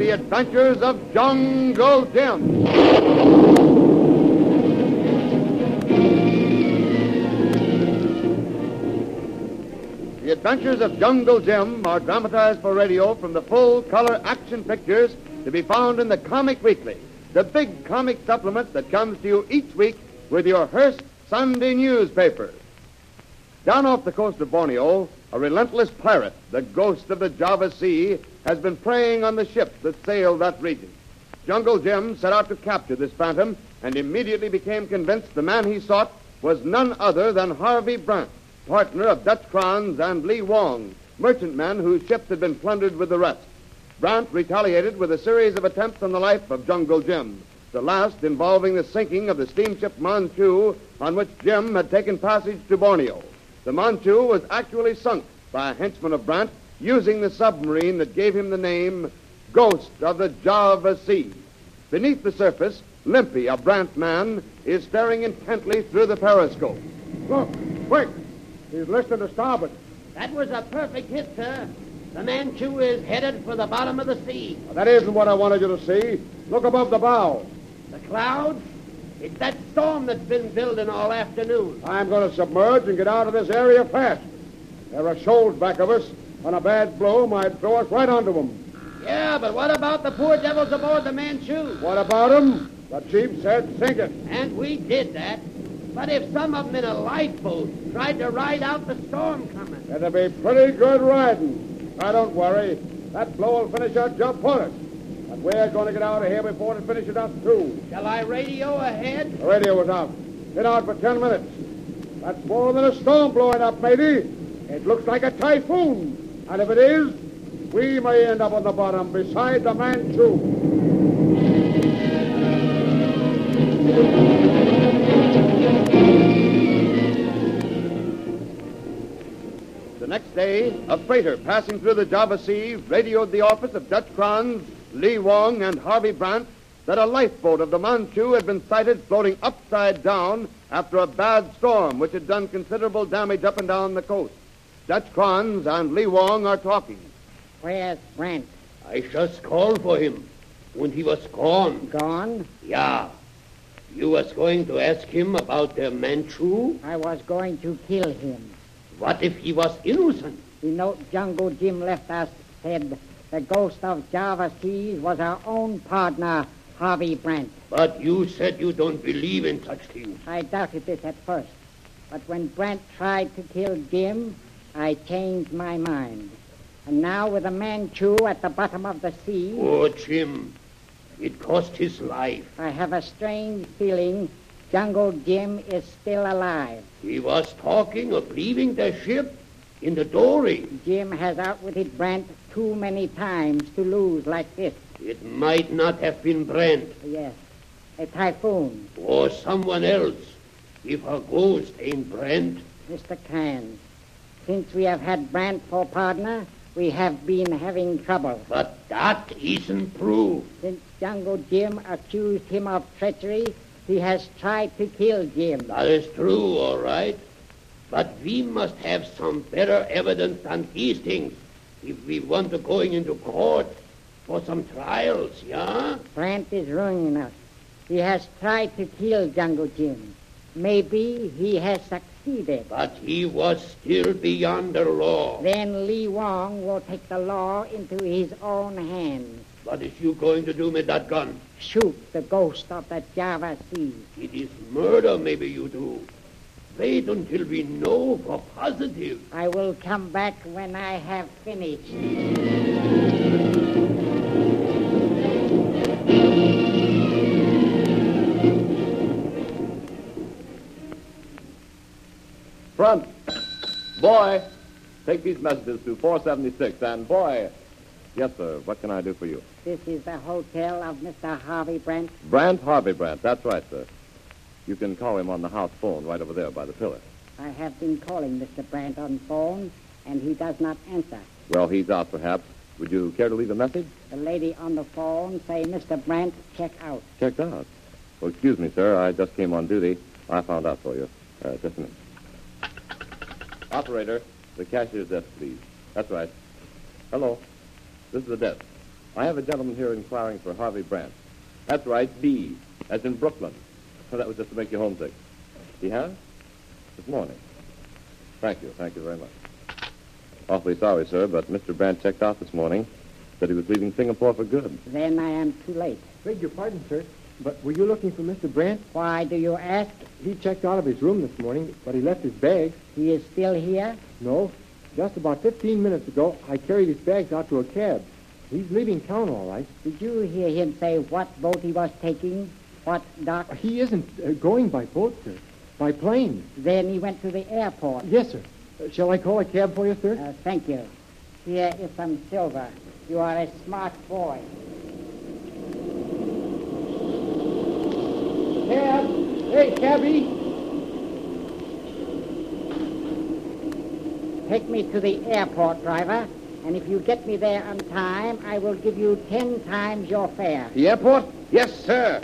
Adventures of Jungle Jim. The Adventures of Jungle Jim are dramatized for radio from the full color action pictures to be found in the Comic Weekly, the big comic supplement that comes to you each week with your Hearst Sunday newspaper. Down off the coast of Borneo, a relentless pirate, the ghost of the Java Sea, has been preying on the ships that sail that region. Jungle Jim set out to capture this phantom and immediately became convinced the man he sought was none other than Harvey Brant, partner of Dutch Kranz and Lee Wong, merchantmen whose ships had been plundered with the rest. Brant retaliated with a series of attempts on the life of Jungle Jim, the last involving the sinking of the steamship Manchu on which Jim had taken passage to Borneo. The Manchu was actually sunk by a henchman of Brant using the submarine that gave him the name Ghost of the Java Sea. Beneath the surface, Limpy, a Brant man, is staring intently through the periscope. Look, quick! He's listed to starboard. That was a perfect hit, sir. The Manchu is headed for the bottom of the sea. That isn't what I wanted you to see. Look above the bow. The clouds? It's that storm that's been building all afternoon. I'm going to submerge and get out of this area fast. There are shoals back of us. On a bad blow might throw us right onto them. Yeah, but what about the poor devils aboard the Manchu? What about 'em? The chief said sink it. And we did that. But if some of them in a lifeboat tried to ride out the storm coming, That'll be pretty good riding. Now, don't worry. That blow will finish our job for us. But we're going to get out of here before it finishes us, too. shall I radio ahead? The radio was out. Been out for ten minutes. That's more than a storm blowing up, matey. It looks like a typhoon. And if it is, we may end up on the bottom beside the Manchu. The next day, a freighter passing through the Java Sea radioed the office of Dutch Kranz, Lee Wong, and Harvey Brant that a lifeboat of the Manchu had been sighted floating upside down after a bad storm which had done considerable damage up and down the coast. Dutch Kranz and Lee Wong are talking. Where's Brent? I just called for him, and he was gone. Gone? Yeah. You was going to ask him about the Manchu? I was going to kill him. What if he was innocent? The note Jungle Jim left us said the ghost of Java Seas was our own partner, Harvey Brent. But you said you don't believe in such things. I doubted this at first, but when Brent tried to kill Jim, I changed my mind. And now with a Manchu at the bottom of the sea, Poor Jim. It cost his life. I have a strange feeling Jungle Jim is still alive. He was talking of leaving the ship in the dory. Jim has outwitted Brent too many times to lose like this. It might not have been Brent Yes, a typhoon. or someone else. If her ghost ain't Brent, Mr. Cairns, since we have had Brandt for partner, we have been having trouble. but that isn't proof. Since Jungle Jim accused him of treachery, he has tried to kill Jim. That is true, all right. But we must have some better evidence than these things if we want to going into court for some trials, yeah? Brandt is ruining us. He has tried to kill Jungle Jim. Maybe he has succeeded. But he was still beyond the law. Then Lee Wong will take the law into his own hands. What is you going to do with that gun? Shoot the ghost of the Java Sea. It is murder, maybe you do. Wait until we know for positive. I will come back when I have finished. Front. Boy, take these messages to 476. And boy. Yes, sir. What can I do for you? This is the hotel of Mr. Harvey Brent. Brant Harvey Brant. That's right, sir. You can call him on the house phone right over there by the pillar. I have been calling Mr. Brent on phone, and he does not answer. Well, he's out, perhaps. Would you care to leave a message? The lady on the phone say, Mr. Brent, check out. Checked out. Well, excuse me, sir. I just came on duty. I found out for you. Uh, just a minute. Operator, the cashier's desk, please. That's right. Hello. This is the desk. I have a gentleman here inquiring for Harvey Brandt. That's right, B, as in Brooklyn. that was just to make you homesick. He has? This morning. Thank you. Thank you very much. Awfully sorry, sir, but Mr. Brandt checked out this morning. Said he was leaving Singapore for good. Then I am too late. Beg your pardon, sir, but were you looking for Mr. Brandt? Why do you ask? He checked out of his room this morning, but he left his bags. He is still here? No, just about 15 minutes ago, I carried his bags out to a cab. He's leaving town all right. Did you hear him say what boat he was taking? What dock? He isn't uh, going by boat, sir. By plane. Then he went to the airport. Yes, sir. Uh, shall I call a cab for you, sir? Uh, thank you. Here is some silver. You are a smart boy. Cab. Hey, cabby. Take me to the airport, driver, and if you get me there on time, I will give you ten times your fare. The airport? Yes, sir.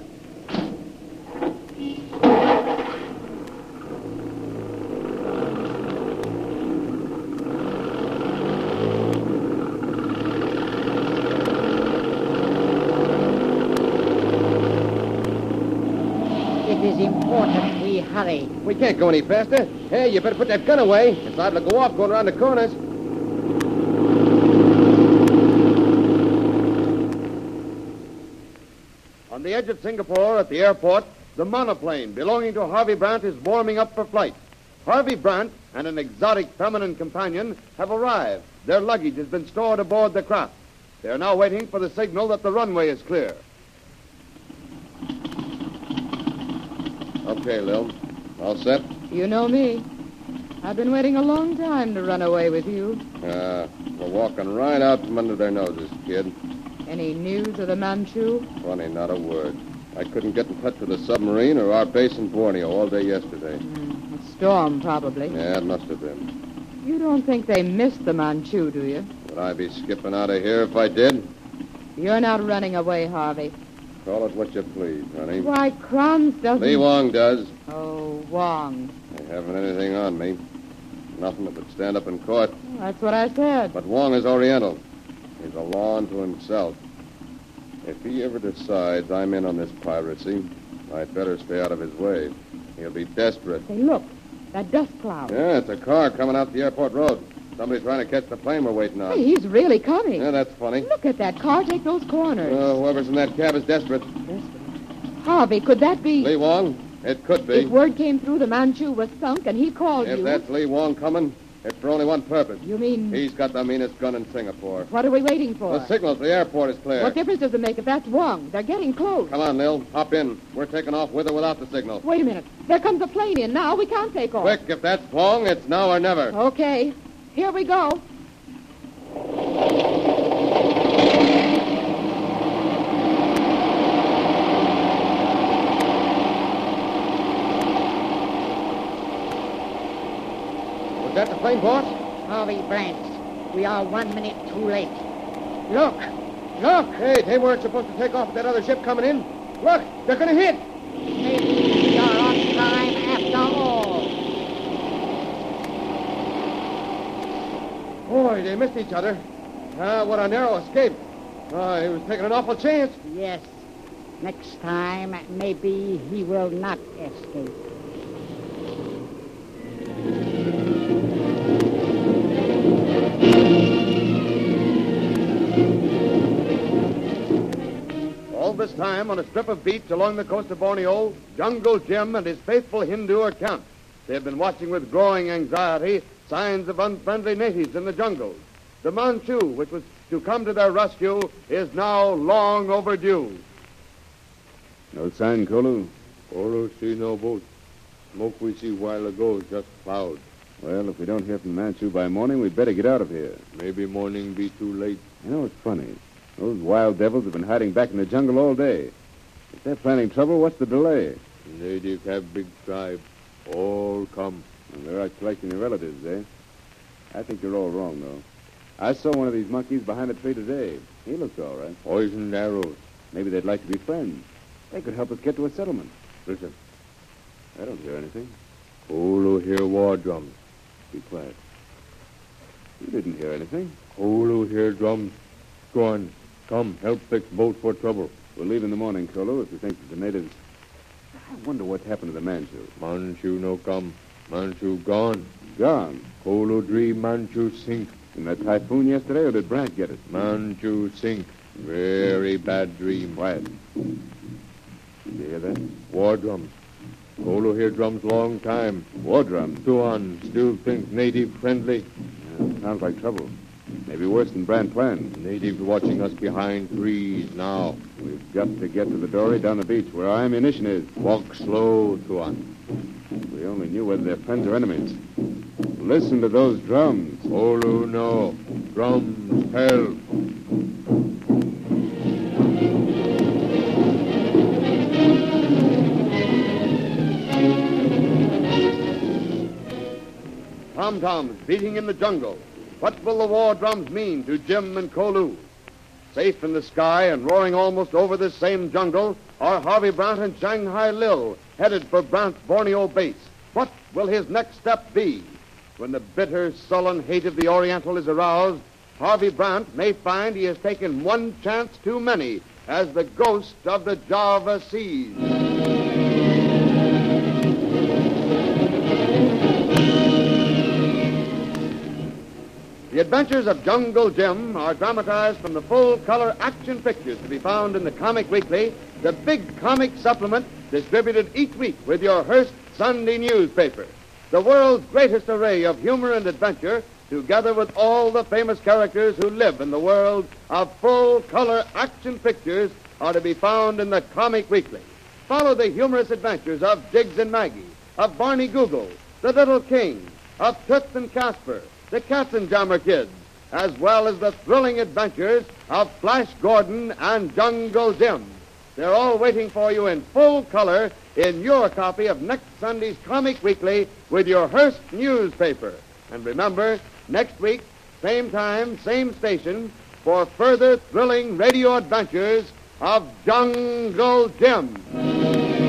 It is important we hurry. We can't go any faster. Hey, you better put that gun away. It's liable to go off going around the corners. On the edge of Singapore at the airport, the monoplane belonging to Harvey Brandt is warming up for flight. Harvey Brandt and an exotic feminine companion have arrived. Their luggage has been stored aboard the craft. They are now waiting for the signal that the runway is clear. Okay, Lil. All set? You know me. I've been waiting a long time to run away with you. Uh, we're walking right out from under their noses, kid. Any news of the Manchu? Funny, not a word. I couldn't get in touch with the submarine or our base in Borneo all day yesterday. A storm, probably. Yeah, it must have been. You don't think they missed the Manchu, do you? Would I be skipping out of here if I did? You're not running away, Harvey. Call it what you please, honey. Why, Kranz doesn't. Lee Wong does. Oh, Wong. They haven't anything on me. Nothing that would stand up in court. That's what I said. But Wong is Oriental. He's a law unto himself. If he ever decides I'm in on this piracy, I'd better stay out of his way. He'll be desperate. Say, look, that dust cloud. Yeah, it's a car coming out the airport road. Somebody's trying to catch the plane we're waiting Hey, on. he's really coming. Yeah, that's funny. Look at that car take those corners. Well, whoever's in that cab is desperate. Harvey, could that be? Lee Wong? It could be. If word came through the Manchu was sunk and he called If you. that's Lee Wong coming, it's for only one purpose. You mean. He's got the meanest gun in Singapore. What are we waiting for? The signal at the airport is clear. What difference does it make if that's Wong? They're getting close. Come on, Lil. Hop in. We're taking off with or without the signal. Wait a minute. There comes a plane in now. We can't take off. Quick, if that's Wong, it's now or never. Okay. Here we go. Was that the plane, boss? Harvey Brandt, we are one minute too late. Look, look. Hey, they weren't supposed to take off with that other ship coming in. Look, they're going to hit. Maybe we are on time after all. Boy, they missed each other. Ah, what a narrow escape. Ah, he was taking an awful chance. Yes. Next time, maybe he will not escape. All this time, on a strip of beach along the coast of Borneo, Jungle Jim and his faithful Hindu are camped. They have been watching with growing anxiety signs of unfriendly natives in the jungles. The Manchu, which was to come to their rescue, is now long overdue. No sign, Kolo? Kolo see no boat. Smoke we see while ago, just cloud. Well, if we don't hear from Manchu by morning, we'd better get out of here. Maybe morning be too late. You know, it's funny. Those wild devils have been hiding back in the jungle all day. If they're planning trouble, what's the delay? Native have big tribe. All come. Well, they're out collecting their relatives, eh? I think you're all wrong, though. I saw one of these monkeys behind a tree today. He looked all right. Poisoned arrows. Maybe they'd like to be friends. They could help us get to a settlement. Listen. I don't hear anything. Kolo hear war drums. Be quiet. You didn't hear anything. Kolo hear drums. Gone. Come, help pick boat for trouble. We'll leave in the morning, Kolo, if you think that the natives. I wonder what happened to the Manchu. Manchu no come. Manchu gone. Gone. Kolo Dri Manchu sink. In that typhoon yesterday, or did Brant get it? Manchu sink. Very bad dream. Quiet. Did you hear that? War drums. Kolo hear drums long time. War drum. Tuan still think native friendly. Yeah, sounds like trouble. Maybe worse than Brant planned. Natives watching us behind trees now. We've got to get to the dory down the beach where our ammunition is. Walk slow, Tuan. We only knew whether they're friends or enemies. Listen to those drums. Olu no. Drums tell. Tom toms beating in the jungle. What will the war drums mean to Jim and Kolu? Safe in the sky and roaring almost over this same jungle are Harvey Brant and Shanghai Lil, headed for Brant's Borneo base. What will his next step be? When the bitter, sullen hate of the Oriental is aroused, Harvey Brant may find he has taken one chance too many as the ghost of the Java Seas. The adventures of Jungle Jim are dramatized from the full color action pictures to be found in the Comic Weekly, the big comic supplement distributed each week with your Hearst Sunday newspaper. The world's greatest array of humor and adventure, together with all the famous characters who live in the world of full color action pictures, are to be found in the Comic Weekly. Follow the humorous adventures of Jiggs and Maggie, of Barney Google, the Little King, of Toots and Casper, the Katzenjammer Kids, as well as the thrilling adventures of Flash Gordon and Jungle Jim. They're all waiting for you in full color in your copy of next Sunday's Comic Weekly with your Hearst newspaper. And remember, next week, same time, same station, for further thrilling radio adventures of Jungle Jim.